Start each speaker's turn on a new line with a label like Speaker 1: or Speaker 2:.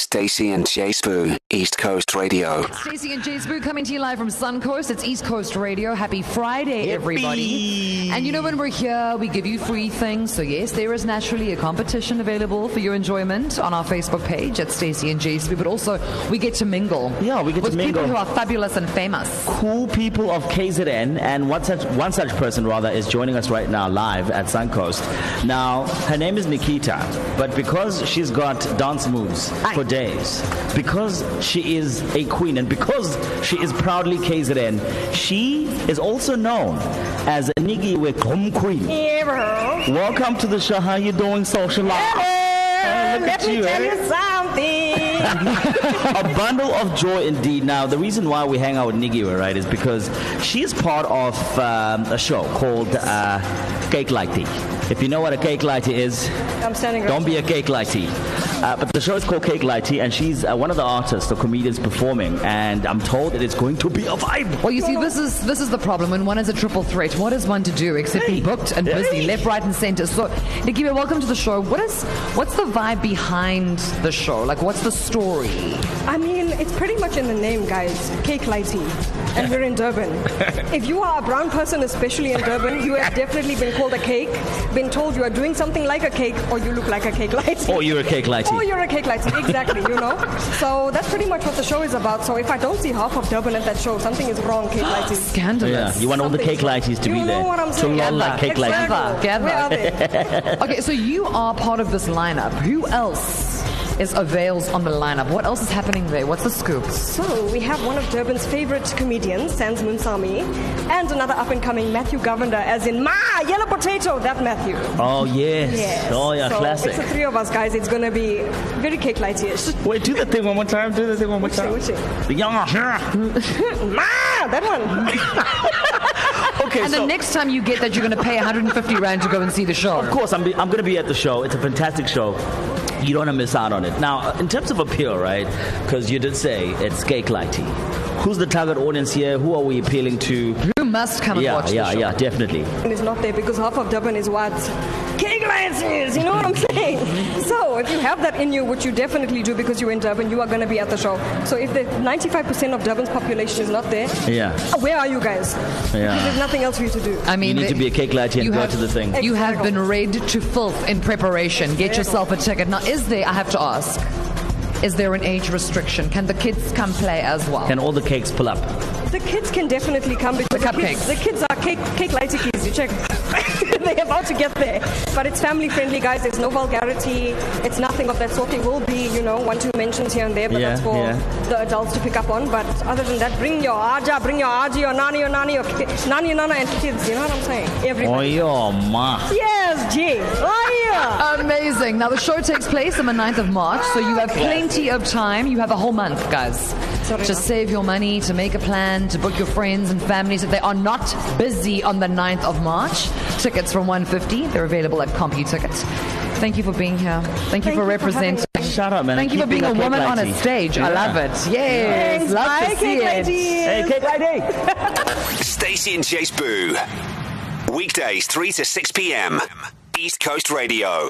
Speaker 1: Stacey and Jay Spoo, East Coast Radio.
Speaker 2: Stacey and Jay Spoo coming to you live from Suncoast. It's East Coast Radio. Happy Friday, everybody. And you know, when we're here, we give you free things. So, yes, there is naturally a competition available for your enjoyment on our Facebook page at Stacey and Jay Spoo, but also we get to mingle.
Speaker 3: Yeah, we get to
Speaker 2: with
Speaker 3: mingle.
Speaker 2: people who are fabulous and famous.
Speaker 3: cool people of KZN, and one such, one such person rather is joining us right now live at Suncoast. Now, her name is Nikita, but because she's got dance moves for days, because she is a queen, and because she is proudly KZN, she is also known as Nigi Wikum Queen.
Speaker 4: Ever.
Speaker 3: Welcome to the show. How you doing, social
Speaker 4: Ever.
Speaker 3: look at
Speaker 4: Let me
Speaker 3: you,
Speaker 4: tell
Speaker 3: eh?
Speaker 4: you eh? something.
Speaker 3: a bundle of joy indeed. Now, the reason why we hang out with Nigiwa, right, is because she is part of um, a show called uh, Cake Lighty. If you know what a cake lighty is,
Speaker 4: I'm standing right
Speaker 3: don't be a cake lighty. Uh, but the show is called Cake Lighty, and she's uh, one of the artists, the comedians performing, and I'm told that it's going to be a vibe.
Speaker 2: Well, you see, this is this is the problem. When one is a triple threat, what is one to do except be booked and busy, left, right, and center? So, Nikiba, welcome to the show. What is what's the vibe behind the show? Like, what's the story?
Speaker 4: I mean, it's pretty much in the name, guys. Cake lighty. And we're in Durban. if you are a brown person, especially in Durban, you have definitely been called a cake, been told you are doing something like a cake, or you look like a cake lighty.
Speaker 3: Or Oh, you're a cake lighty.
Speaker 4: Or Oh, you're a cake lighty, exactly, you know? So that's pretty much what the show is about. So if I don't see half of Durban at that show, something is wrong, cake
Speaker 3: Oh,
Speaker 4: lighty.
Speaker 3: yeah,
Speaker 2: Scandalous.
Speaker 3: you want all the
Speaker 4: Something.
Speaker 3: cake lighties to
Speaker 4: you
Speaker 3: be
Speaker 4: know
Speaker 3: there.
Speaker 4: what I'm
Speaker 3: to
Speaker 4: saying?
Speaker 3: loll like cake
Speaker 2: Gather,
Speaker 3: lighty.
Speaker 2: gather.
Speaker 4: Where are they?
Speaker 2: Okay, so you are part of this lineup. Who else is avails on the lineup? What else is happening there? What's the scoop?
Speaker 4: So we have one of Durban's favorite comedians, Sans Munsami, and another up-and-coming Matthew Govender, as in Ma Yellow Potato. That Matthew.
Speaker 3: Oh, yes. Oh, yeah,
Speaker 4: so It's
Speaker 3: classic.
Speaker 4: the threy of us guys. It's gonna be very cake lighty-ish.
Speaker 3: Wait, do the thing one more time. Do the thing one more time.
Speaker 4: which thing?
Speaker 3: The young.
Speaker 4: Ma, that one.
Speaker 3: Okay,
Speaker 2: And
Speaker 3: so-
Speaker 2: the next time you get that, you're going to pay 150 rand to go and see the
Speaker 3: Of
Speaker 2: show.
Speaker 3: course, I'm, be, I'm going to be at the show. It's a fantastic show. You don't want to miss out on it. Now, in terms of appeal, right? Because you did say it's cake lighty. Who's the target audience here? Who are we appealing to?
Speaker 2: You must come and
Speaker 3: Yeah,
Speaker 2: watch the
Speaker 3: yeah,
Speaker 2: show.
Speaker 3: yeah, definitely.
Speaker 4: And it's not there because half of Durban is what cake lighties. You know what I'm saying? so if you have that in you, which you definitely do because you're in Durban, you are gonna be at the show. So if the 95% of Durban's population is not there,
Speaker 3: Yeah.
Speaker 4: where are you guys?
Speaker 3: Yeah.
Speaker 4: Because there's nothing else for you to do.
Speaker 2: I mean,
Speaker 3: You need
Speaker 2: the-
Speaker 3: to be a cake lighty and
Speaker 2: you
Speaker 3: go
Speaker 2: have-
Speaker 3: to the thing.
Speaker 2: You have been read to filth in preparation. Get yourself a ticket. Now, is there, I have to ask, is there an age restriction? Can the kids come play as well?
Speaker 3: Can all the cakes pull up?
Speaker 4: The kids can definitely come because
Speaker 2: The
Speaker 4: the, kids,
Speaker 2: cupcakes.
Speaker 4: the kids are cake cake lighty kids. You check. They're about to get there, but it's family friendly, guys. There's no vulgarity. It's nothing of that sort. There will be, you know, one two mentions here and there, but
Speaker 3: Yeah,
Speaker 4: that's for
Speaker 3: yeah.
Speaker 4: the adults to pick up on. But other than that, bring your aja, bring your aji, your nani, your nani, your ki- nani, your nana, and kids. You know what I'm saying?
Speaker 3: Oh,
Speaker 4: Everybody.
Speaker 3: yeah, ma.
Speaker 4: Yes, G. Oh yeah.
Speaker 2: Amazing. Now, the show takes place on the 9th of March, so you have plenty of time. You have a whole month, guys, to save your money, to make a plan, to book your friends and families. If they are not busy on the 9th of March, tickets from 150. They're available at CompuTicket. Thank you for being here. Thank, you
Speaker 4: Thank
Speaker 2: for
Speaker 4: you for
Speaker 2: representing.
Speaker 4: having
Speaker 3: Shout out, man.
Speaker 2: Thank you for
Speaker 3: Keep
Speaker 2: being a
Speaker 3: cake
Speaker 2: woman on a
Speaker 3: lighty.
Speaker 2: stage. I
Speaker 3: Yeah.
Speaker 2: love it. Yes.
Speaker 4: Thanks.
Speaker 2: Love
Speaker 4: Bye,
Speaker 2: to see
Speaker 4: cake
Speaker 2: it.
Speaker 4: ladies.
Speaker 3: Hey, cake lighty!
Speaker 1: Stacey and Jay Spoo, weekdays 3 to 6 p.m. East Coast Radio.